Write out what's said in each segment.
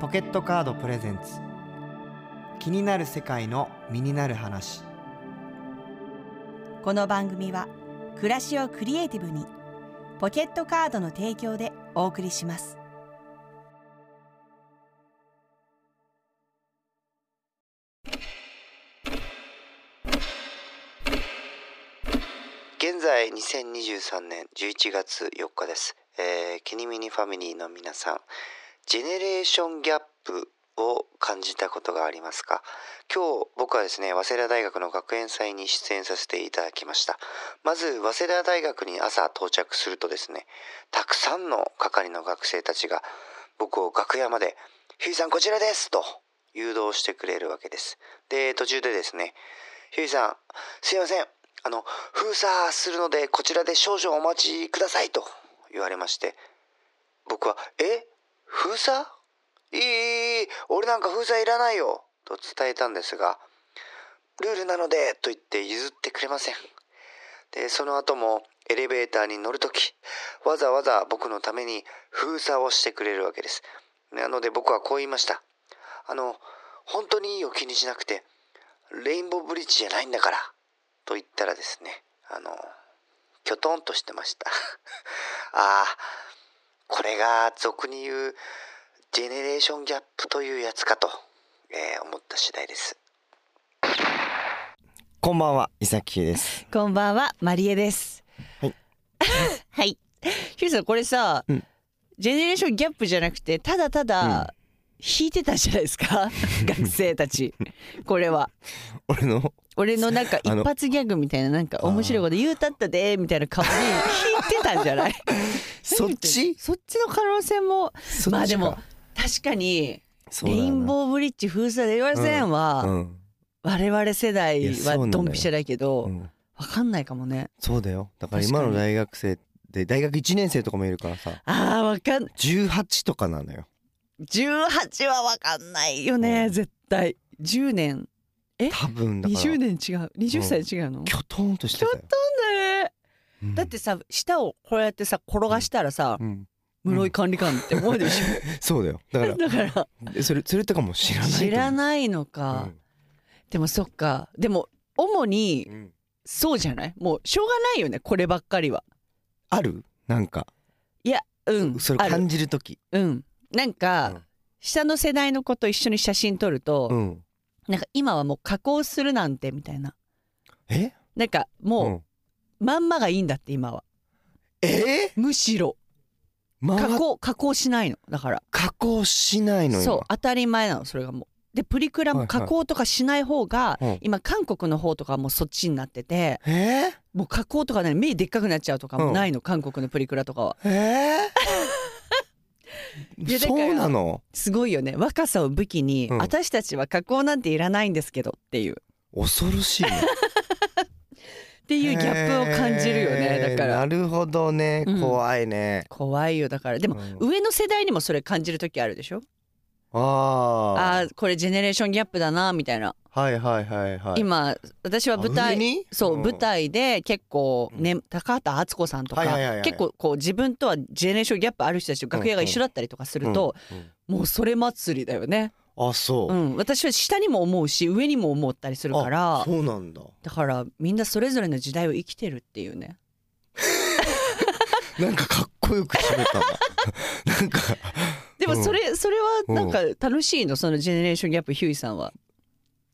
ポケットカードプレゼンツ気になる世界の身になる話この番組は暮らしをクリエイティブにポケットカードの提供でお送りします現在2023年11月4日です、えー、キニミニファミリーの皆さんジェネレーションギャップを感じたことがありますか今日僕はですね早稲田大学の学園祭に出演させていただきましたまず早稲田大学に朝到着するとですねたくさんの係の学生たちが僕を楽屋まで「ひゅうさんこちらです!」と誘導してくれるわけですで途中でですね「ひゅうさんすいませんあの封鎖するのでこちらで少々お待ちください」と言われまして僕は「え封鎖いいいいいい俺なんか封鎖いらないよと伝えたんですがルールなのでと言って譲ってくれませんでその後もエレベーターに乗る時わざわざ僕のために封鎖をしてくれるわけですなので僕はこう言いましたあの本当にいいよ気にしなくてレインボーブリッジじゃないんだからと言ったらですねあのきょとんとしてました ああこれが俗に言うジェネレーションギャップというやつかと、えー思った次第ですこんばんは、伊崎です。こんばんはマリエですはい はいヒューさんこれさ、うんジェネレーションギャップじゃなくてただただ、引いてたじゃないですか 学生たちこれは俺の、俺のなんか一あの発ギャグみたいななんか面白いこと言うたったでみたいな顔に引いてたんじゃない そっちそっちの可能性もそっちかまあでも確かにそうレだよなインボーブリッジ封鎖で言われせんは、うん、我々世代いやそうなのはよドンピシャだけど、うん、わかんないかもねそうだよ。だから確か今にの大学生で大学一年生とかもいるからさ、あーわかん十八とかなのよ。 18はわかんないよね、うん絶対10年え多分だから。 20年違う20歳違うの、きょとんとしてたよ。だねうんだって、さ舌をこうやってさ転がしたらさ、うん、室井管理官って思うでしそうだよ。だかょだかららでそれそれとかも知らないと思う。知らいないのか、でもそっかでも主にうんうんそうじゃないもうしょうがないよねこればっかりはある？なんかうんそれある感じるとき。うんなんか、うん下の世代の子と一緒に写真撮ると、うん。なんか今はもう加工するなんてみたいなえ？なんかうもんうまんまがいいんだって今はえー？むしろま加あ工加工しないのだから加工しないのよ。そう当たり前なのそれがもうでプリクラも加工とかしない方が、うん今韓国の方とかはもうそっちになっててえもう加工とかね目でっかくなっちゃうとかもうんないの、韓国のプリクラとかはー？ えー？いやだかそらうなの。すごいよね若さを武器に、うん私たちは加工なんていらないんですけどっていう恐ろしいね。って いうギャップを感じるよねへーだからなるほどねうん怖いね、怖いよだからでも、うん上の世代にもそれ感じる時あるでしょあああーこれジェネレーションギャップだなみたいな、あはいはいはいはい今私は舞あ上台にそう、ん舞台で結構、ねう高畑敦子さんとか、はいはいはいはい結構こう自分とはジェネレーションギャップある人たちと楽屋が一緒だったりとかすると、うんうんもうそれ祭りだよね、あそうう、ん、私は下にも思うし上にも思ったりするかあらそうなんだだからみんなそれぞれの時代を生きてるっていうねなんかかっこよく決めたななん かでもそれ、それはなんかう楽しいのそのジェネレーションギャップヒューイさんは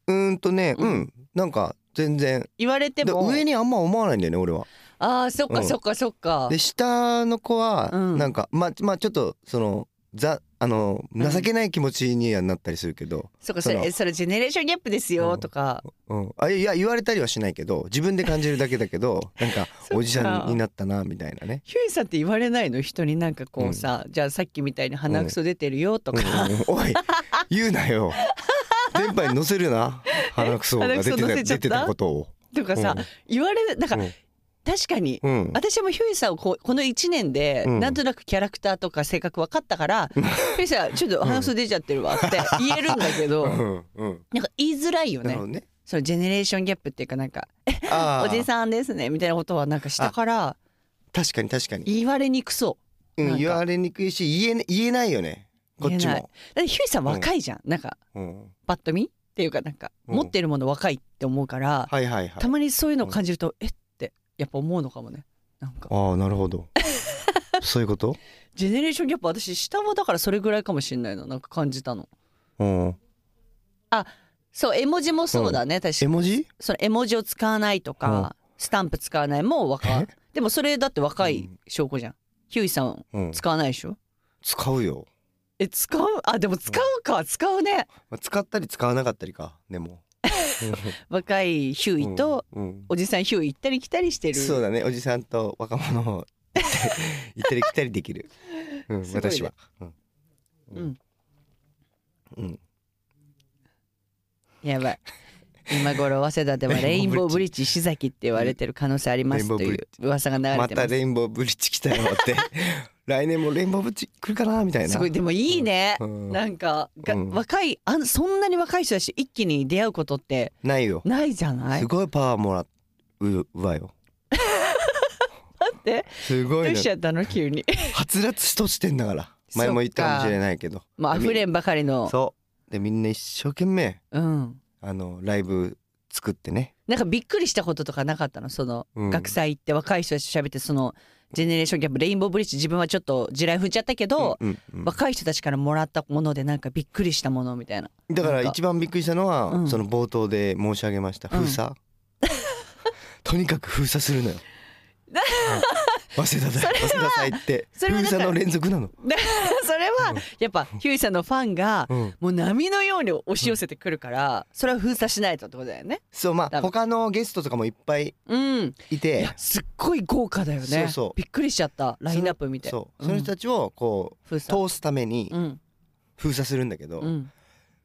うーんとねううんん、なんか全然言われてでも上にあんま思わないんだよね俺はああそっかうんそっかそっか、で下の子はうんなんか、まあまあちょっとそのざあのうん情けない気持ちにはなったりするけど、そっかそそのれそれジェネレーションギャップですようんとか、うん、あいや言われたりはしないけど自分で感じるだけだけ どなんかそっかおじさんになったなみたいなね。ヒューイさんって言われないの人になんかこうさ、じゃあさっきみたいに鼻くそ出てるよとうんか、うんおい言うなよ 電波に載せるな鼻くそが出て鼻くそた載せちゃ出ったてたことを。とかさ、言われなんか、うん確かに。うんうん私もヒューイさんをこうこの1年でうんなんとなくキャラクターとか性格分かったから「ヒューイさんちょっと鼻くそ出ちゃってるわ」って言えるんだけどうんうんなんか言いづらいよなるねほどね。そのジェネレーションギャップっていうかなんか「あおじあさんですね」みたいなことはなんか下から確かに確かに、言われにくそうなんん、か言われにくいし言え言えないよね。こっち言えないも、だってひゅーいさん若いじゃん、なんかうん、パッと見っていうかなんかうん持ってるもの若いって思うから、はいはいはいたまにそういうのを感じると、えってやっぱ思うのかもねなんかああなるほ どそういうことジェネレーションギャップ私下もだからそれぐらいかもしんないのなんか感じたのうんそう絵文字もそうだね、確か絵に文字その絵文字を使わないとか、スタンプ使わないもう若いでもそれだって若い証拠じゃん、ひゅーいさんうん使わないでしょ使うよ、え使うあでも使うか、使うねまあ、使ったり使わなかったりかでも若いひゅ ーいと、うんうんおじさんひゅーい行ったり来たりしてるそうだねおじさんと若者を 行ったり来たりできる、うんすごいね私は、うんうんうん、やばい今頃早稲田 ではレインボーブリッジ石崎って言われてる可能性ありますとレインボーブいリう噂が流れまてまたす、レインボーブリッジ来たよって 来年もレインボーブリッジ来るかなみたいなすごいでもいいね、うんなんかが、うん若いあんそんなに若い人だし一気に出会うことってないよないじゃないすごいパワーもらうわ よ待ってすごどいうしちねゃったの急 にはつらつとしてんだから前も言ったかもしれないけどもう溢れんばかりのそうでみんな一生懸命うんあのライブ作ってねなんかびっくりしたこととかなかったのその、うん学祭行って若い人たちと喋ってそのジェネレーションギャップレインボーブリッジ自分はちょっと地雷踏んじゃったけど、うんうん若い人たちからもらったものでなんかびっくりしたものみたいな だから一番びっくりしたのは、うんその冒頭で申し上げましたうん封 鎖、とにかく封鎖するのようん早稲田だ早稲田祭ってそれは封だか鎖らの連続なの、それはうんやっぱひゅーいさんのファンがうん、もう波のように押し寄せてくるからそれは封鎖しないとってことだよね。そうま多あ分他のゲストとかもいっぱいうん、いいてやすっごい豪華だよねそうそうびっくりしちゃったラインナップ見てそうその人たちをこ封う、鎖通すためにうん封鎖するんだけど、うん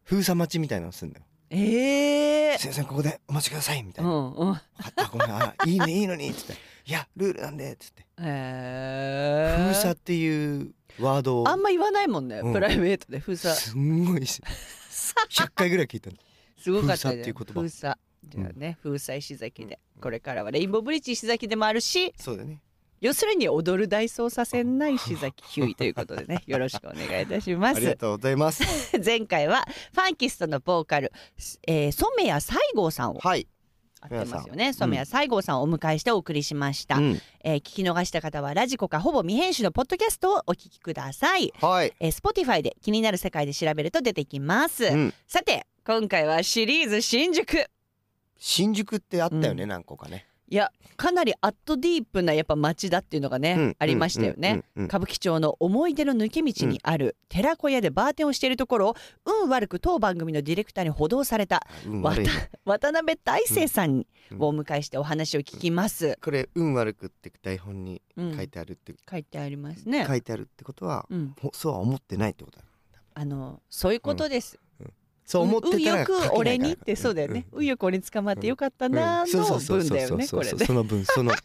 封鎖待ちみたいなのするんだよええ「先生ここでお待ちください」みたういな「んうんあごめんあいいねいいのに」っつって「いやルールなんで」っつってえー封鎖っていうワードをあんま言わないもんね、うんプライベートで封鎖すんごいし100回ぐらい聞いたのすごかったね封鎖っていう言葉封鎖じゃあね、封鎖石崎でこれからはレインボーブリッジ石崎でもあるしそうだね要するに踊る大捜査線ない石崎ひゅーいということ でねよろしくお願いいたしまありがすとうございます前回はファンキストのボーカル、えー、染谷西郷さんをはい、合ってますよね染谷西郷さんをお迎えしてお送りしました、うん、えー聞き逃した方はラジコかほぼ未編集のポッドキャストをお聞きくださいはいえー、Spotify で気になる世界で調べると出てきます、んさて今回はシリーズ新宿新宿ってあったよね、うん何個かね、いやかなりアットディープなやっぱ街だっていうのがね、うんありましたよね、うんうん歌舞伎町の思い出の抜け道にある寺子屋でバーテンをしているところを運悪く当番組のディレクターに補導されたうんあ運悪いね渡辺大成さんうんをお迎えしてお話を聞きます、これ運悪くって台本にうん書いてあるって、書いてありますね、書いてあるってことは、うん、ほそうは思ってないってことだあのそういうことです、そう思ってたら運よく俺にってそうだよね、運よよく俺に捕まってよかったなーの分だよねこれねその分そのそう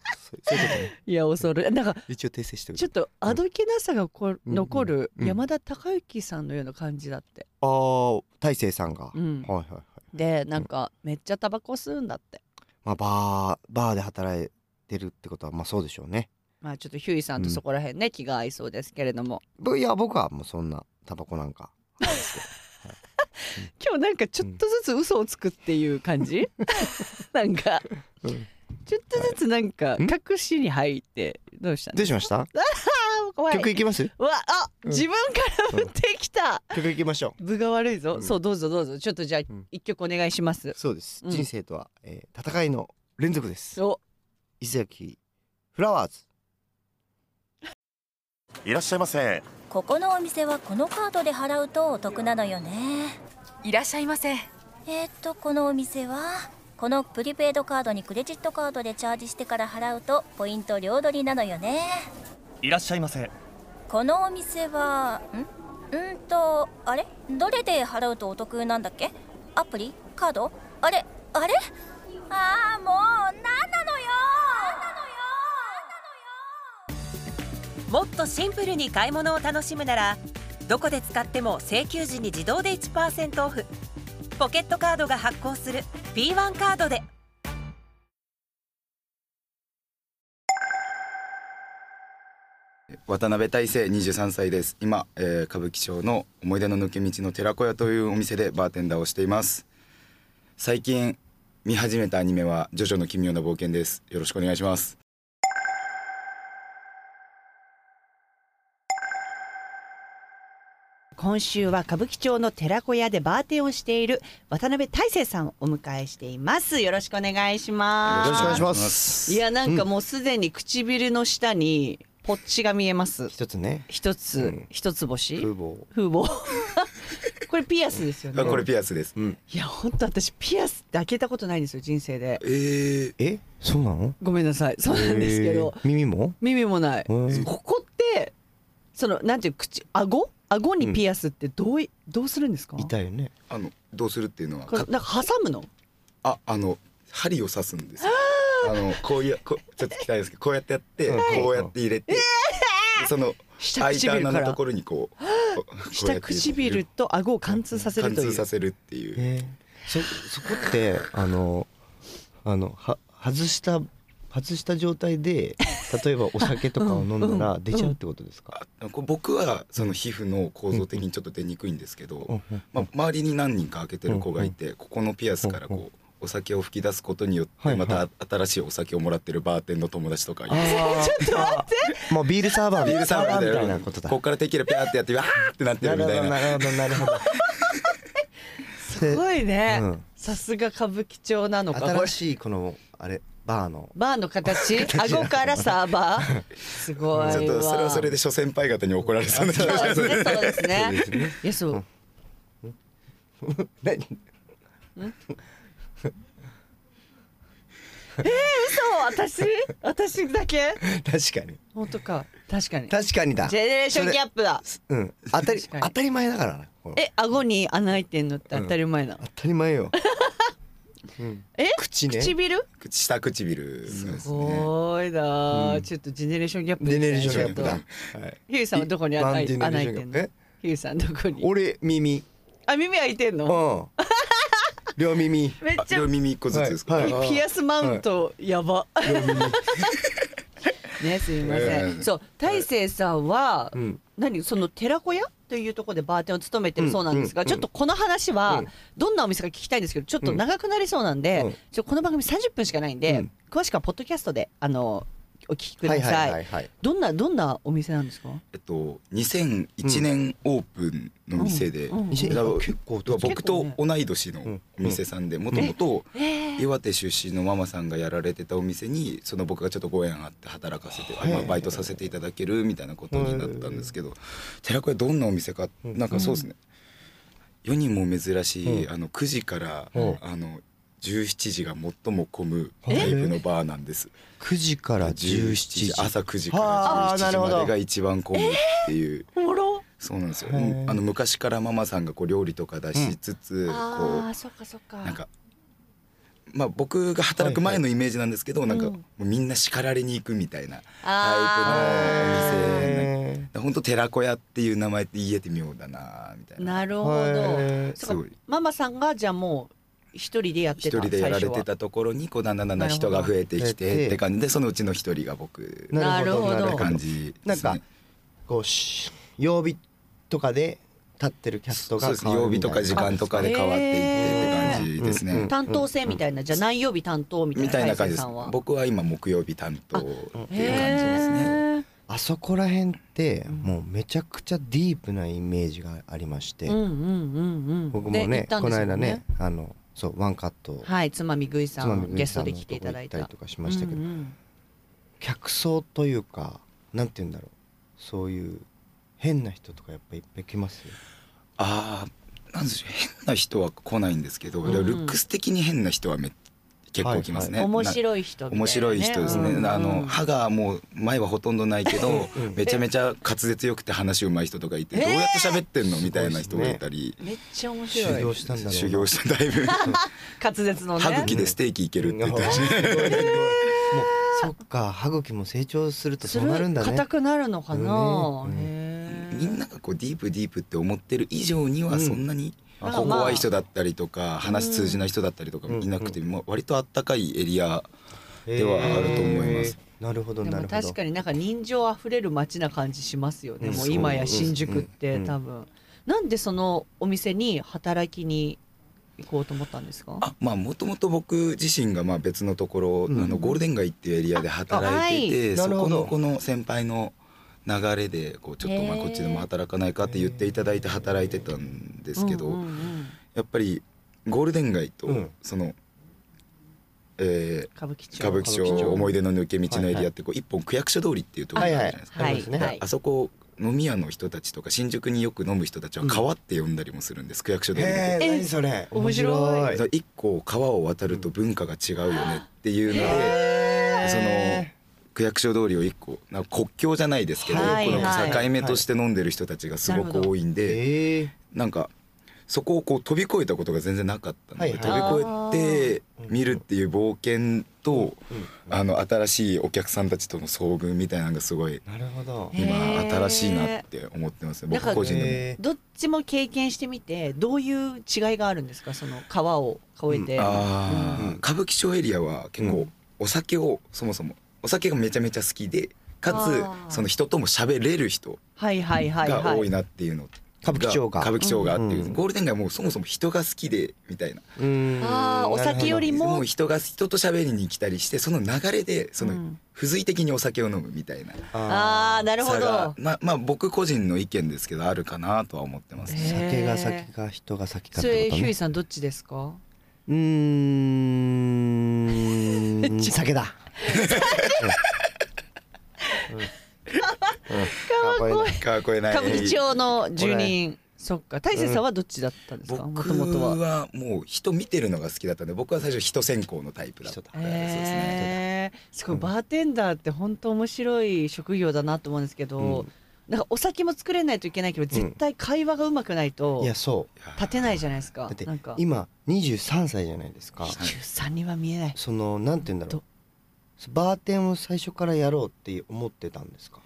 そういうことねいや恐るなんか一応訂正しておちょくっとあどけなさがこううん残るうん山田孝之さんのような感じだって、あー大成さんが、うんはいはいはいでなんかめっちゃタバコ吸うんだってまあバーバーで働いてるってことはまあそうでしょうねまあちょっとヒューイさんとそこら辺ね、気が合いそうですけれどもぼいや僕はもうそんなタバコなん か今日なんかちょっとずつ嘘をつくっていう感じ、なんかうんちょっとずつなんかいん隠しに入ってどうしたんどでうすしましたか怖い曲いき ますうわあ、うん自分から降ってきた、曲いきましょ部が悪いぞ、うんそうどうぞどうぞちょっとじゃあうん一曲お願いしまうす、そうです、うん人生とは、えー戦いの連続ですお伊崎フラワーズいらっしゃいませここのお店はこのカードで払うとお得なのよねいらっしゃいませえー、っとこのお店はこのプリペイドカードにクレジットカードでチャージしてから払うとポイント両取りなのよねいらっしゃいませこのお店はんうんとあれどれで払うとお得なんだっけアプリカードあれあれああもうなんなのよもっとシンプルに買い物を楽しむならどこで使っても請求時に自動で1%オフポケットカードが発行する P1 カードで渡辺大成23歳です今、えー歌舞伎町の思い出の抜け道の寺子屋というお店でバーテンダーをしています最近見始めたアニメはジョジョの奇妙な冒険ですよろしくお願いします今週は歌舞伎町の寺子屋でバーテンをしている渡辺大成さんをお迎えしていますよろしくお願いしますよろしくお願いしますいやなんかもうすでに唇の下にポッチが見えます一つね一つ、うん一つ星風貌風貌 これピアスですよねあこれピアスです、うんいや本当私ピアスって開けたことないんですよ人生でえー、えそうなのごめんなさいそうなんですけど、えー耳も耳もなへい、ーここってそのなんていう口顎顎にピアスってどうい、どうするんですか痛いよねあのどうするっていうのはこれなんか挟むのああの針を刺すんですよあのこういうこうちょっと汚いですけどこうやってやって、はいこうやって入れて、その下空いた唇か穴のとらころにこうこう下唇と顎を貫通させる貫とい通うさせるっていうえー、そそこってあのあのは外した外した状態で例えばお酒とかを飲んだうらん出ちゃうってことですか、あこう僕はその皮膚の構造的にちょっと出にくいんですけど、うんうんまあ、周りに何人か開けてる子がいて、ここのピアスからこう、うんうお酒を吹き出すことによっはいてはまいた新しいお酒をもらってるバーテンの友達とかいて、あーちょっと待ってもうビールサーバービールサーバーみだたいよなことだここからテキーラピャーってやってわーってなってるみたいななるほどなるほどなるほすごいね、うんさすが歌舞伎町なのかどこ新れしいこのあれバーのバーの形顎からサーバ ーすごいわちょっとそれはそれで諸先輩方に怒られそうな気がしそまうですすそうでねそうですねすねいやそう何そう私私だけ確かに本当か確かにジェ確かにだネレーションギャップだうん当たり確か当にたり前だからなこれえ顎に穴開いてんのって当たり前なの、当たり前よ、うんえ口ね唇下唇そうですすねごいな、あちょっとジェネレーションギャップジェネレーションギャップだちょっとヒューさんはどこに穴開い穴開いてんのえヒューさんどこに俺耳あ耳開いてんうの ん両耳めっあちゃ両耳一個ずつですか、はいピアスマウントやば。ねすみませうんん。そう大成さんは、ん何その寺子屋というところでバーテンを務めてるそうなんですが、うんちょっとこの話は、うんどんなお店か聞きたいんですけどちょっと長くなりそうなんで、うんちょこの番組30分しかないんで、うん詳しくはポッドキャストであのお聞きくはだいさい。はいはいはいどんなどんなお店なんですか？えっと2001年オープンの店で、うんうんだから結構僕僕と同い年のお店さんでもともとえ岩手出身のママさんがやられてたお店にその僕がちょっとご縁あって働かせて、まあ、バイトさせていただけるみたいなことになったんですけど寺子屋どんなお店かなんかそうですね世にも珍しいあの9時からうんあの17時が最も混むタイプのバーなんです。 9時から17時朝9時からあー17な時るほどまでが一番混むっていう。おもろ。そうなんですよ。へーうんあの昔からママさんがこう料理とか出しつつ、こうああそっかそっか。なんかまあ僕が働く前のイメージなんですけど、いはいなんうかんもうみんな叱られに行くみたいなあタイプのお店へ本当寺子屋っていう名前って言えて妙だなみたいななるほど。ーそすうごかいママさんがじゃあもう一人でやって一た人でやられて最初はたところにこうだんだんだんだんなるほ人どが増えてき増えててって感じでそのうちの一人が僕ななるほどなるなほど感じなでんすかねこうし曜日とかで立ってるキャストそうがですね曜日とか時間とかで変わっていってって感じですね、へーうんうん担当制みたいな、じゃあ何曜日担当みたいみなたいな大感勢じでさすんは。僕は今木曜日担当っていう感じですねへあそこら辺ってもうめちゃくちゃディープなイメージがありまして、えうんうんうんうん。僕もねで行ったんこですの間よねあのそうワンカットはい、つまみ食いさつまみん食いゲスさトんでの来とこてい行たっだいたた。りとかしましたけど、うんうん客層というかなんて言うんだろうそういう変な人とかやっぱいっぱい来ますよああなんでしょう変な人は来ないんですけど、うんルックス的に変な人はめ結構来ますね、面な白い人みたいなね。面白い人ですね、うんうんあの歯がもう前はほとんどないけど、めちゃめちゃ滑舌よくて話うまい人とかいて、えーどうやって喋ってんのみたいな人がいたり、めっちゃ面修白行い。したんだろう な修行しただ いぶ滑舌のね。歯茎でステーキいけるって言ってましたすごいすごいもうそっか歯茎も成長するとすそうるなるんだ硬ねくなるのかな。ねへえみんながこうディープディープって思ってる以上にはそんなに、うんこうまあまあ怖い人だったりとか話通じない人だったりとかいなくて、もう割とあったかいエリアではあると思います。なるほどでなもるほど確かになんか人情あふれる街な感じしますよね、うんそもうう今やそう新宿っうてん多分、なんでそのお店に働きに行こうと思ったんですかあまあもともと僕自身がまあ別のところ、うんあのゴールデン街っていうエリアで働いてて、あはいなそるほこどのこの先輩の流れでこうちょっとお前こっちでも働かないかって言っていただいて働いてたんでですけど、うんうんうんやっぱりゴールデン街とうんその、え歌舞伎町ー歌舞伎歌舞伎町町思い出の抜け道のエリアってこう一本区役所通りっていうところがあるじゃないでありますか。すねはいあそこ飲み屋の人たちとか新宿によく飲む人たちは川って呼んだりもするんです、区役所でへええ何それ面白い面白い一個川を渡ると文化が違うよねっていうのでそのへ区役所通りを一個なんか国境じゃないですけど、はいこはいの境目として飲んでる人たちがすごく多いんで、えなんかそこをこう飛び越えたことが全然なかったので、はい飛び越えて見るっていう冒険と、あの新しいお客さんたちとの遭遇みたいなのがすごいなるほど今へー新しいなって思ってますねなんか僕個人でも。へどっちも経験してみてどういう違いがあるんですかその川を越えて、あうーんうん歌舞伎町エリアは結う構んお酒をそもそもお酒がめちゃめちゃ好きでかあーつその人とも喋れる人はいはいはいがは多いいなっていうの歌舞伎町が歌舞伎町がっていう、うんゴールデン街はもうそもそも人が好きでみたいなうーんあーお酒よりももう人が人と喋りに来たりしてその流れでそのうん付随的にお酒を飲むみたいなあーなるほ差がどまあまあ僕個人の意見ですけどあるかなとは思ってますね。酒がへ先か人が先ーかっそれてことヒューねイさんどっちですかう ーん酒だ うんうん川越 内歌舞伎町の住人そっか大勢さんはどっちだったんですかも僕ともとははもう人見てるのが好きだったんで僕は最初人先行のタイプだった人んでだすね。えーすごいうんバーテンダーって本当面白い職業だなと思うんですけど、うんなんかお酒も作れないといけないけど絶対会話がうまくないといやそう立てないじゃないですだかってなんか今23歳じゃないですかはい23には見えない、そのなんて言うんだろどうバーテンを最初からやろうって思ってたんですか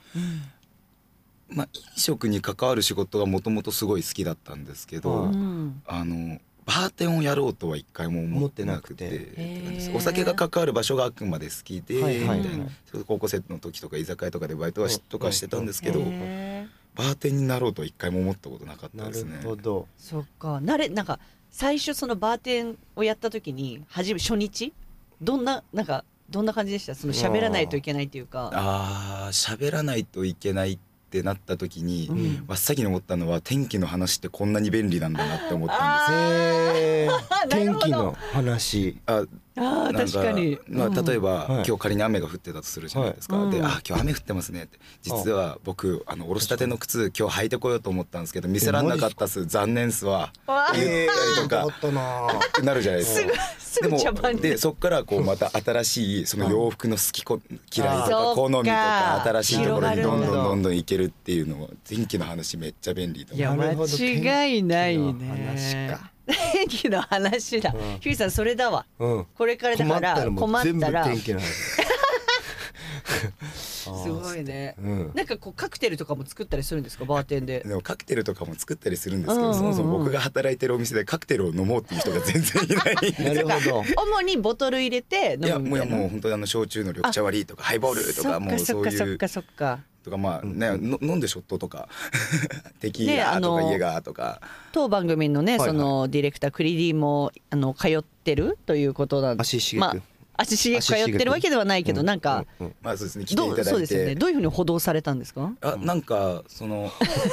まあ飲食に関わる仕事がもともとすごい好きだったんですけど、ううんあのバーテンをやろうとは一回も思ってなくて思ってなくてって感じですへーお酒が関わる場所があくまで好きで、はいはいみたいなそれこそ高校生の時とか居酒屋とかでバイトはし、うんとかしてたんですけど、うんへーバーテンになろうとは一回も思ったことなかったなでるすね。ほどそっか慣れなんか最初そのバーテンをやった時に初め初日どんななんかどんな感じでしたその喋らないといけないっていうかあー喋らないといけないってなった時に、うん真っ先に思ったのは天気の話ってこんなに便利なんだなって思ったんですへーなる天ほど気の話ああーなん確かに、まあ、うん例えば、はい今日仮に雨が降ってたとするじゃないですか、はいでう「んあ今日雨降ってますね」って「実は僕あのおろしたての靴今日履いてこようと思ったんですけど見せらんなかったっす残念っすわ」わって言ったりとあかったなぁなるじゃないですか。すでぐ茶番もにでそっからこうまた新しいその洋服の好きこ嫌いとそかっか好みとか新しいところにどんど広んがるんだどんどんいけるっていうのは天気の話めっちゃ便利だいやなるほど間違いないね天気の話か天気の話だ、うんヒューさんそれだわうんこれからだ困かったららも困うっ全部たら天気の話すすごいねうんなんかこうカクテルとかも作ったりするんですかバーテンででもカクテルとかも作ったりするんですけうんうんうどんそもそも僕が働いてるお店でカクテルを飲もうっていう人が全然いないんでなるほど主にボトル入れてい飲やむもみうたいやいなもう本当にあの焼酎の緑茶割りとかハイボールとかもうそそっうかいそっうかそっかそっかとかまあねの飲んでショットとか テキねーあラとのかイエガーとか当番組のはね、いはいそのディレクタークリリーもあの通ってるということなんで足しげくまあ足しげく通ってるわけではないけど、なんか、うんまあそうですね来ていどうたそうだでいすよねて。どういうふうに補導されたんですかあなんかそ の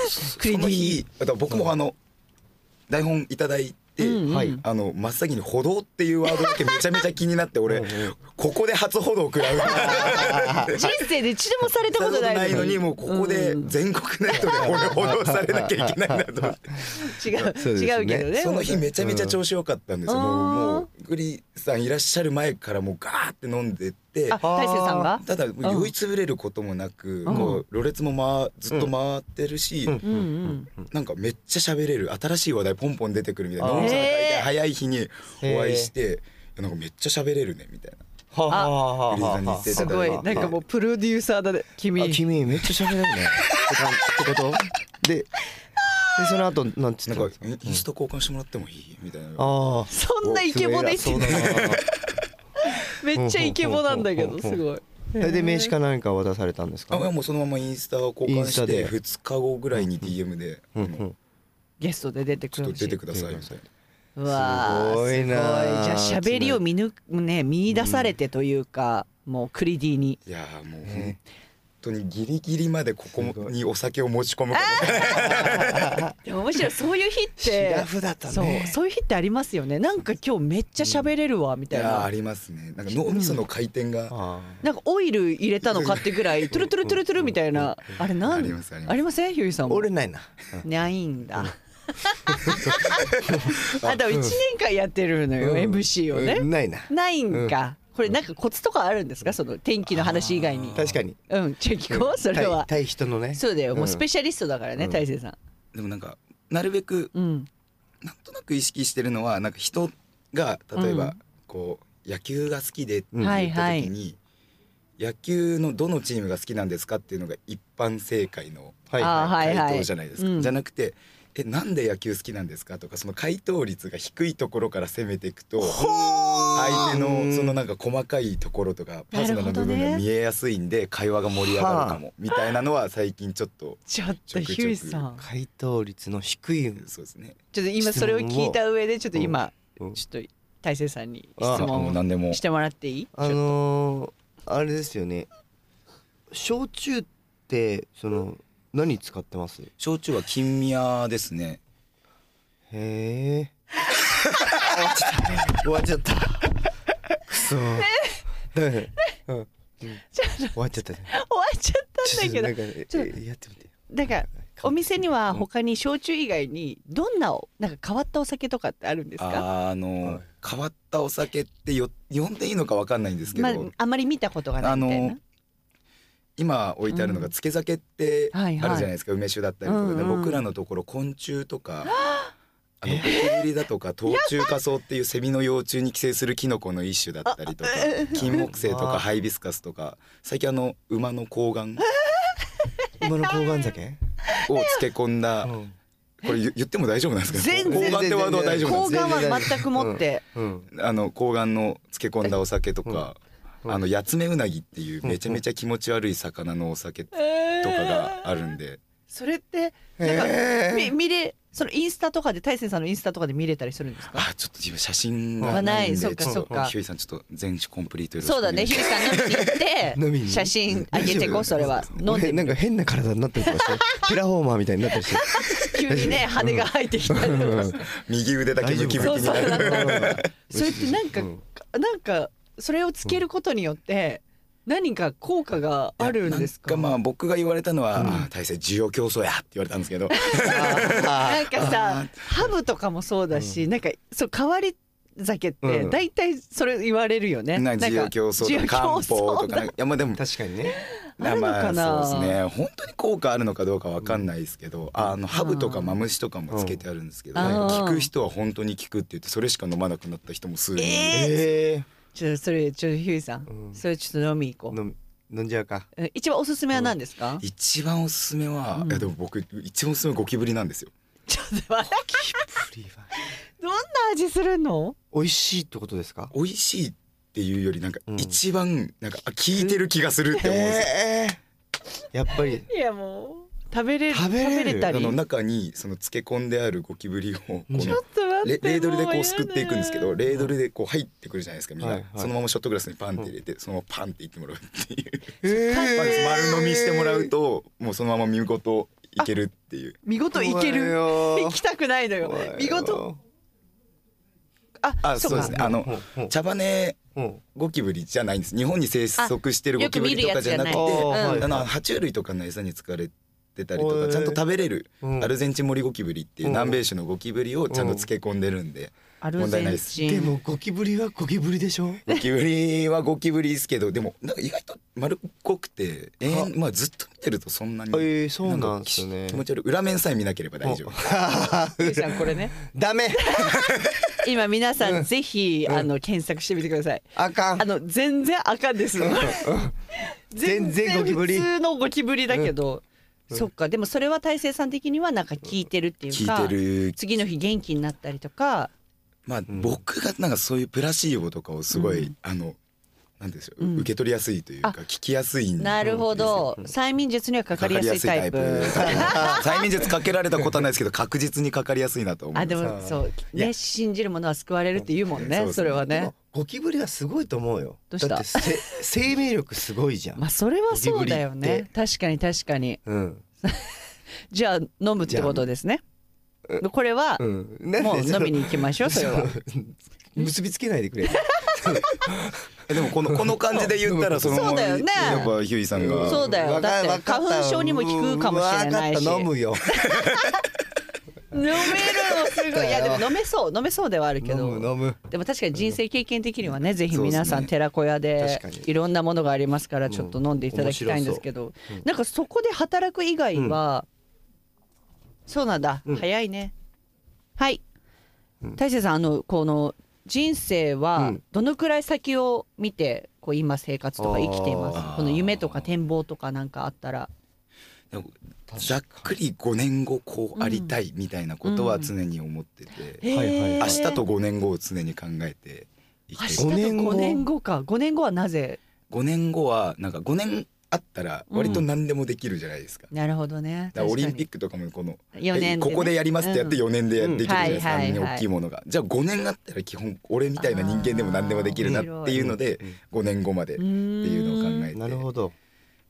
そクリそディの日あと僕もあの台本いただいて、うんうんはいあの真っ先に「歩道」っていうワードだけめちゃめちゃ気になって俺ここで初歩道食ら う人生で一度もされたことしたこなと ないいのにもうここでうん全国ネットで 俺歩道されなきゃいけないなと思って。違う、そうですね違うけどねその日めちゃめちゃ調子良かったんですよ、うんもうあーもうグリさんいらっしゃる前からもうガーって飲んでってあ大勢さんがただもう酔いつぶれることもなく、こうろれつも、ま、ずっと回ってるし、うんうんなんかめっちゃ喋れる新しい話題ポンポン出てくるみたいなあー飲みさんが大体早い日にお会いしていやなんかめっちゃ喋れるねみたいなはあはあはあグリはさあんに言はってすたごいなんかもうプロデューサーだね君あ君めっちゃ喋れるねってかってことででその後なんつってなんかインインスタ交換してもらってもいいみたいなああそんなイケボでそうだなめっちゃイケボなんだけどすごいそれで名刺か何か渡されたんですあか、いやもうそのままインスタを交インス換タしでて2日後ぐらいに DM で「うあんうのん、ゲストで出てくちょっるとし出てください」みたいなうわーすごいなーすごいじゃあしゃべりを見ぬ、ね、見出されてというか、もうクリディにいやーもう本当にギリギリまでここにお酒を持ち込むかでもむしろそういう日っシラてフだったね そうそういう日ってありますよねなんか今日めっちゃ喋れるわみいたいやーなありますねなんか脳みその回転があなんかオイル入れたのかってぐらいトゥルトゥルトゥルトゥルみたいなあれなんありますありますありませんひゅういさんーも俺ないなないんだ あと1年間やってるのよ、うん MC をね、うんないなないんか、これなんかコツとかあるんですかその天気の話以外に確かにうんチェキコそれは対対人のねそうだよ、もうスペシシャリストだからね、うん大成さん。でもなんかなるべくうん。なんとなく意識してるのはなんか人が例えうばんこう野球が好きでって言はいったはい時に野球のどのチームが好きなんですかっていうのが一般正解のは回いあーはいはい答じゃないですうんかじゃなくて「えなんで野球好きなんですか?」とかその回答率が低いところから攻めていくと相手のそのなんか細かいところとかパーソナルな部分が見えやすいんで会話が盛り上がるかもみたいなのは最近ちょっとちょっとヒューイさん。回答率の低いそうですね。ちょっと今それを聞いた上で、ちょっと今、うんちょっと大成さんに質あもう問何でもしてもらっていいあのー、あれですよね焼酎ってその何使ってますへ焼酎は金宮ですね。え 終わっちゃったくそーだめうんうん終わっちゃったね 終わっちゃったんだけちょっとど、なんかえちょっえやってみてだから、お店には他に焼酎以外に、どんなお、なんか変わったお酒とかってあるんですかあーあの、はい変わったお酒ってよ呼んでいいのかわかんないんですけど、まあ、あまり見たことがないあみたいのな。今置いてあるのうがんつけ酒ってあはるいじはゃいないですか、梅酒だったりとかで、うんうん僕らのところ昆虫と か。あのゴキブリだとか冬虫夏草っていうセミの幼虫に寄生するキノコの一種だったりとか 金木犀とうわかハイビスカスとか最近あの馬の睾丸今の抗がん酒を漬け込ん だうんこれ言言っても大丈夫なんですか全然睾丸ってワードは大丈夫なんです抗かがんは全く持って、うんあの睾丸の漬け込んだお酒とか、あのヤツメウナギっていうめちゃめちゃ気持ち悪い魚のお酒とかがあるんで、それって、なんか、み見れ、そのインスタとかで、大成さんのインスタとかで見れたりするんですかあちょっと今写真があないなんいそっでかちょっそっかとひゅういさんちょっと全種コンプリートよろしくそおうだ願ね、いひしゅまうすいさん飲みに 飲み行っにて、写真あげてこ、それは。飲んで俺みなんか変な体になってるとか してテラフォーマーみたいになってるし急にね、羽が生えてきたりとかして。 右腕だけムキムキそうにそなう、るなんか、それってなんうか、 なんか、それをつけることによって、何か効果があるんですか。なんまあ僕が言われたのは「あ大勢需要競争や」って言われたんです けどなんかさ、ハブとかもそうだし、なんか、そう、変わり酒って、うん大体それ言われるよね。 なんか需要競争とか漢方とだかなんかいやまあでも確かにねあるのかなまあそうですね本当に効果あるのかどうかわかんないですけど、あのハブとかマムシとかもつけてあるんですけど、うんあー聞く人は本当に聞くって言ってそれしか飲まなくなった人も数人いる、ええちょっと、それ、ちょっと、ヒューイさ、うんんそれ、ちょっと飲みに行こう。飲み飲んじゃうかえ一番おすすめは何ですか。一番おすすめは、いやでも僕一番おすすめはゴキブリなんですよちょっと待ってフリーはどんな味するの？美味しいってことですか美味しいっていうよりなんかうん一番なんかあ聞いてる気がするって思うんですよ、ええやっぱりいやもう食べれる食べれるたあり。ちょのっ中にその漬け込んであるゴキブリをこのと待レってレードルでもこやうだすくっていくんですけどレードルでこう入ってくるじゃないですかみんな、はいはいそのままショットグラスにパンって入れて、そのままパンっていってもらうっていう、えまあえ丸飲みしてもらうともうそのまま見事いけるっていう見事いける。行きたくないのよ。見事。あ、あそそううかですね。あのほうほう茶羽うんゴキブリじゃないんです日本に生息してるゴキブリとかじゃなくてよく見るやつじゃないあーはいあの爬虫類とかの餌に使われてたりとへかーちゃんと食べれるうんアルゼンチンモリゴキブリっていううん南米種のゴキブリをちゃんと漬け込んでるんでアル問題ゼないンですチン。でもゴキブリはゴキブリでしょゴキブリはゴキブリですけどでもなんか意外と丸っこくて永遠まあずっと見てるとそんなにええそうなんですよね気持ち悪い裏面さえ見なければ大丈夫ヒューイさんこれね。 ダメ今皆さんぜひあの検索してみてください。あかんあの全然あかんです。全然ゴキブリ全然普通のゴキブリだけど。そっかでもそれは大成さん的にはなんか聞いてるっていうか聞いてる次の日元気になったりとかまあ、僕がなんかそういうプラシーボとかをすごい、あのなんていうんでしょう、うん受け取りやすいというかあ聞きやすいんですねなるほど催眠術にはかかりやすいタイプかかりやすいタイプ催眠術かけられたことはないですけど確実にかかりやすいなと 思あいでますもそういやね信じる者は救われるって言うもんそうねそうそれはでねもゴキブリはすごいと思うよどうしただってせ生命力すごいじゃん、まあそれはそうだよゴキブリね確かに確かにうんじゃあ飲むってことですねこれはうんなんでもう飲みに行きましょうそ れは結びつけないでくれえでもこのこの感じで言ったらその そうだよねやっぱヒューイさんがそうだよわかだってわかった花粉症にも効くかもしれないしわかった飲むよ飲めるのすごいいやでも飲めそう飲めそうではあるけ飲どむ飲むでも確かに人生経験的にはね、ぜひ皆さそうんですね寺子屋で確かにいろんなものがありますからちょっと飲んでいただきたいんですけど、なんかそこで働く以外は、そうなんだ、早いねはい大勢さんあのこの人生うはんどのくらい先を見てこう今生活とか生きていますあこの夢とか展望とかなんかあったらでもざっくり5年後こうありたいみたいなことは常に思ってて、いはいへ明日と5年後を常に考えて生明き日てとる五年後5年後か5年後はなぜ5年後はなんか5年あったら割と何でもできるじゃないですか,、なるほどねだからオリンピッククとかもこの4年ここでやりますってやって4年でやってきるじゃないですか、うんはいあんなはいはいに大きいものがじゃあ5年あったら基本俺みたいな人間でも何でもできるなっていうので5年後までっていうのを考えてなるほど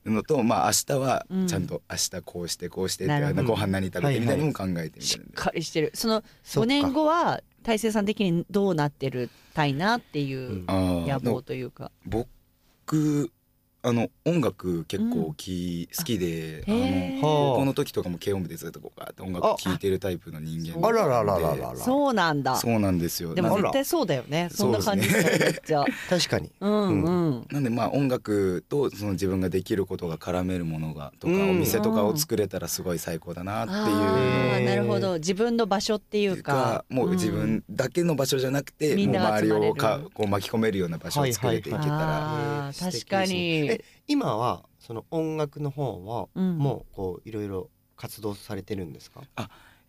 のとまあ明日はちゃんと明日こうしてこうしてってなるほどご飯何食べてみたいなのも考えてみたしいっなかりしてるそのそっか5年後は大成さん的にどうなってるたいなっていうあー野望というか、僕あの音楽結構き、好きで、へーあの高校の時とかも軽音部でずっとこうガーッと音楽聴いてるタイプの人間であららららららそうなんだそうなんですよでなもん絶対そうだよねそそんうなです感ねじだよめっちゃ確かにうんうんなんでまあ音楽とその自分ができることが絡めるものがとか、うんお店とかを作れたらすごい最高だなっていうあうーなるほど自分の場所っていってういうかかもう自ん分だけの場所じゃなくて、みんもうなが集周まれるりをかこう巻き込めるような場所を作れていけたら、あー確かに、え今はその音楽の方はうんもうこういろいろ活動されてるんですか、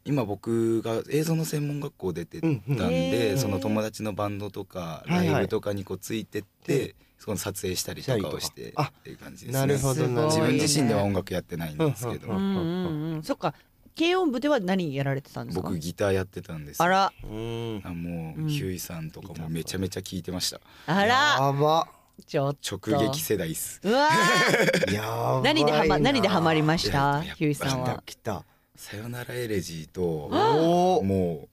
今僕が映像の専門学校出てたんうんうんへーでその友達のバンドとかはラいはいイブとかにこうついてって、その撮影したりとかをしてあっていう感じですなね。るほどなるほど自分自身ではすごいね音楽やってないんですけど、うんうんうんうんそっか軽音部では何やられてたんですか僕ギターやってたんですよあらうんあもう、うんヒューイさんとかもめちゃめちゃ聞いてましたあらやばちょっと直撃世代っすうわーやばいな何でハマ何でハマりましいやたやっぱひゅういさん来たは来たさよならエレジーとおおも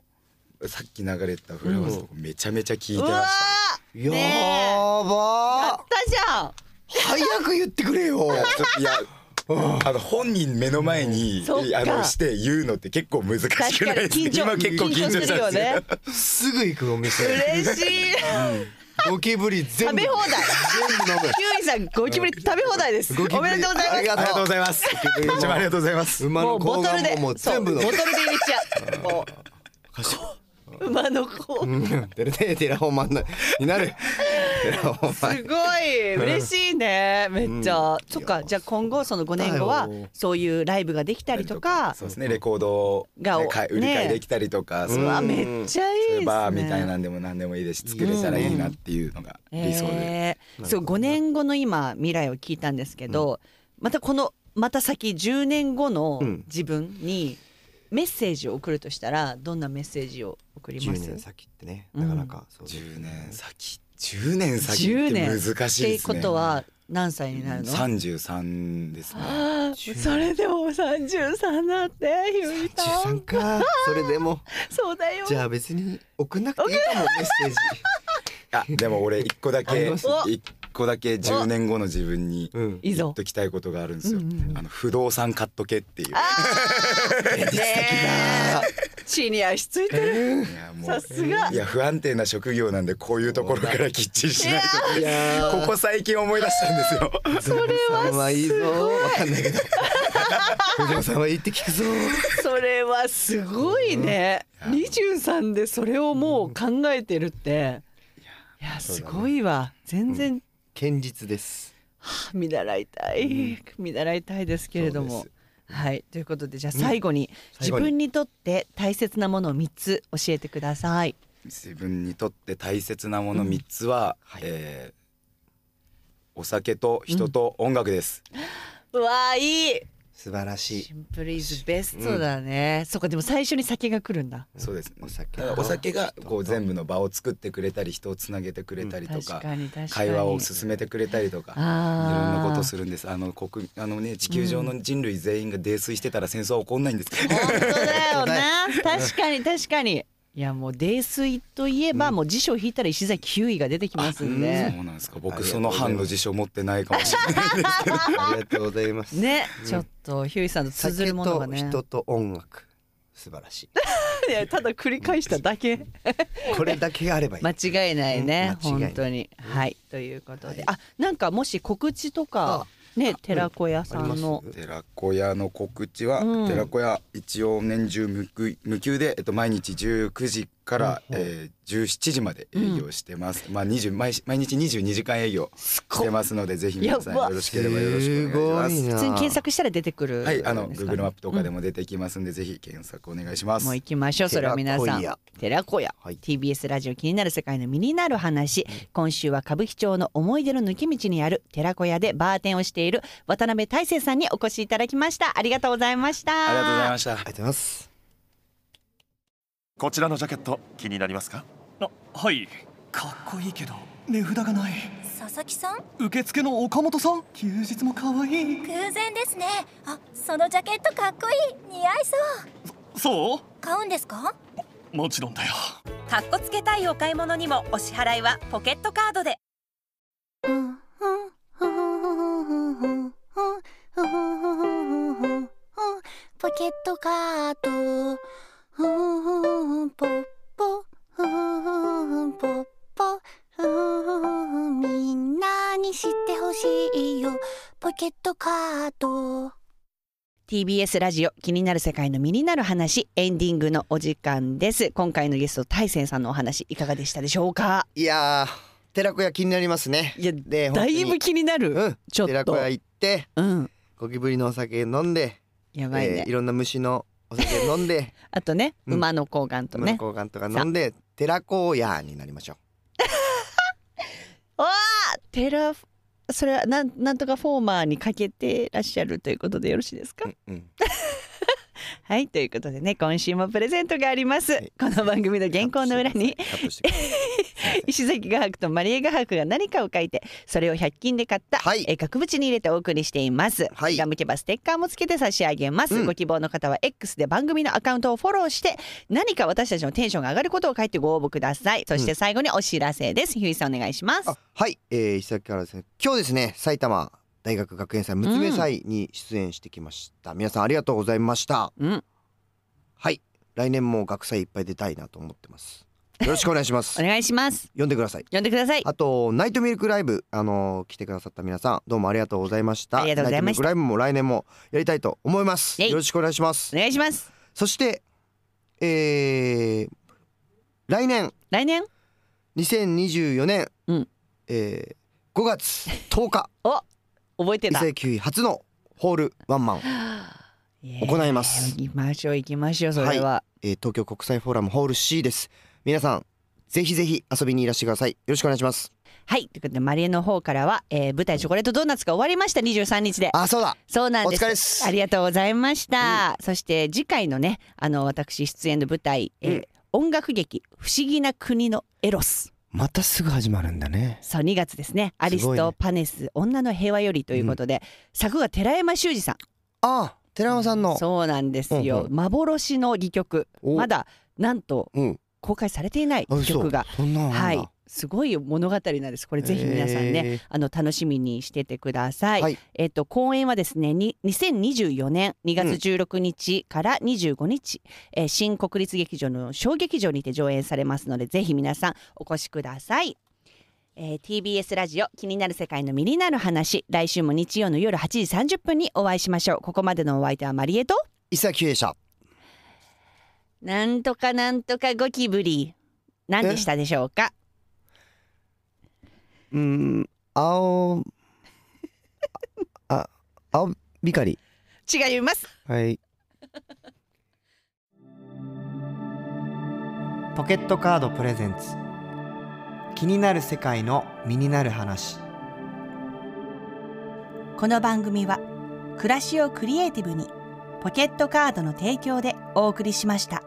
うさっき流れたフラワーズとかめちゃめちゃ聞いてうまわしたやねえーあばったじゃん早く言ってくれよちょっといやあの本人目の前にそっかあのして言うのって結構難しく確かないにです緊張今結構緊張しすたるんよですよねすぐ行くお店嬉しいゴキブリ全食部べ放題全部飲むキュウイさんゴキブリ食べ放題ですおゴめキブリでとうございますありありがとうございますブリもどっちもありがとうございます馬ものう睾ボトルで丸ももうそう全部飲むボトルで入れちゃうもう馬のう子んてるてるてらほんまんなになるてらほんすまごい嬉しいねめっちゃ、そっかじゃあ今後その5年後はだよそういうライブができたりとかそうですねレコードがね買い売り買いできたりとか、そうのわそうめっちゃいいですいうねバーみたいなんでも何でもいいですし作れたらいいなっていうのが理想で、えーそう5年後の今未来を聞いたんですけど、またこのまた先10年後のうん自分にメッセージを送るとしたらどんなメッセージを送り10ます年先ってねなかなかそうです10年先10年先っ10て年難しいってでいうすねことは何歳になるの、 33ですねあーそれでも33だってひゅういさん13かそれでもそうだよじゃあ別に送んなくていいかもメッセージあでも俺一個だありけます一個だけ10年後の自分にうんいい言ぞっときたいことがあるんですよ、うんうんあの不動産買っとけっていういねえ地に足ついてるやもうさすがいや不安定な職業なんでこういうところからきっちりしないい やとここ最近思い出したんですよそれはいいぞわかんないけど不動産はいいって聞くぞそれはすごいね23でそれをもう考えてるっていやすごいわ全然堅実ですはあ見習いたい見習いたいですけれどもそうではいということでじゃあ最後に最自後に分にとって大切なものを3つ教えてください自分にとって大切なもの3つは、えーお酒と人と音楽です、うわーいい素晴らしいシンプルイズベストだね、そっかでも最初に酒が来るんだそうですねお酒だからお酒がこう全部の場を作ってくれたり人をつなげてくれたりと確か,、かに確かに会話を進めてくれたりとかいろんあーなことするんですあの国あの、ね、地球上の人類全員が泥酔してたら戦争は起こんないんです、本当だ よな確かに確かにいやもう泥酔といえば、もう辞書を引いたら石崎キュウイが出てきますんでそうなんですか僕その班の辞書持ってないかもしれないありがとうございますね、ちょっとヒューイさんと通ず酒るものがとね人と音楽素晴らしいいやただ繰り返しただけこれだけがあればいい間違いないね、うん間違いない本当に、はいということで、あなんかもし告知とかね寺子屋さんの寺子屋の告知は、うん寺子屋一応年中無休無休で、えっと、毎日19時から、えー、17時まで営業してます、まあ20毎毎日22時間営業してますのでぜひ皆さんやばよろしければよろしくお願いしま普す通に検索したら出てくるはいあのんですか Google ねマップとかでも出てきますんで、ぜひ検索お願いしますもう行きましょうそれは皆さ寺子ん屋寺子屋、はい TBS ラジオ気になる世界の身になる話、今週は歌舞伎町の思い出の抜け道にある寺子屋でバーテンをしている渡辺大成さんにお越しいただきましたありがとうございましたありがとうございましたありがとうございますこちらのジャケット気になりますかあはいかっこいいけど値札がない佐々木さん受付の岡本さん休日も可愛い偶然ですねあそのジャケットかっこいい似合いそうそ買うんですかうもちろんだよかっこつけたいお買い物にもお支払いはポケットカードでポケットカードポッポポッポみんなに知ってほしいよポケットカード TBS ラジオ気になる世界の身になる話エンディングのお時間です今回のゲスト大成さんのお話いかがでしたでしょうかいやー寺子屋気になりますねいやでだいぶ本気になる、当にうんちょっと寺子屋行ってうんゴキブリのお酒飲んで、やばいねえー、いろんな虫のお酒飲ん であとね、うん馬の睾丸と馬のね交換とか飲んで寺子屋になりましょうテラそれはなんなんとかフォーマーにかけてらっしゃるということでよろしいですか、うんうんはいということでね今週もプレゼントがあります、はいこの 番組の原稿の裏にカットしてくださいカットしてください石崎画伯とマリエ画伯が何かを書いてそれを100均で買った、はいえー額縁に入れてお送りしています、はい気が向けばステッカーもつけて差し上げます、うんご希望の方は X で番組のアカウントをフォローして何か私たちのテンションが上がることを書いてご応募くださいそして最後にお知らせです、ひゅーいさんお願いしますあはい、えー、石崎からですね今日ですね埼玉大学学園祭むつべ祭に出演してきました、皆さんありがとうございましたうんはい来年も学祭いっぱい出たいなと思ってますよろしくお願いします お願いします読んでください読んでくださいあとナイトミルクライブあのー来てくださった皆さんどうもありがとうございましたありがとうございましたナイトミルクライブも来年もやりたいと思いますイェイよろしくお願いしますお願いしますそしてえー、来年来年2024年、うんえー、5月10日 覚えて伊た勢球威初のホールワンマン、行います行きましょう行きましょうそれは、えー東京国際フォーラムホール C です皆さんぜひぜひ遊びにいらしてくださいよろしくお願いしますはいということでマリエの方からは、えー舞台チョコレートドーナツが終わりました23日であそうだそうなんですお疲れですありがとうございました、そして次回のねあの私出演の舞台、えー音楽劇不思議な国のエロスまたすぐ始まるんだねそう2月ですねアリスすごいとねパネス、女の平和よりということで、作が寺山修司さんあ寺山さんのそうなんですうよ、んう幻の戯曲おまだなんとうん公開されていないあ嘘曲がそんなのあはるんいだ、すごい物語なんです。これぜひ皆さんね、へーあの楽しみにしててください。はいえっと公演はですね、に2024年2月16日から25日、えー新国立劇場の小劇場にて上演されますので、ぜひ皆さんお越しください。えー TBS ラジオ気になる世界の身になる話来週も日曜の夜8時30分にお会いしましょうここまでのお相手はマリエと伊勢球威でしたなんとかなんとかゴキブリ何でしたでしょうかうん青 あ青ビカリ違いますはいポケットカードプレゼンツ気になる世界の身になる話この番組は暮らしをクリエイティブにポケットカードの提供でお送りしました。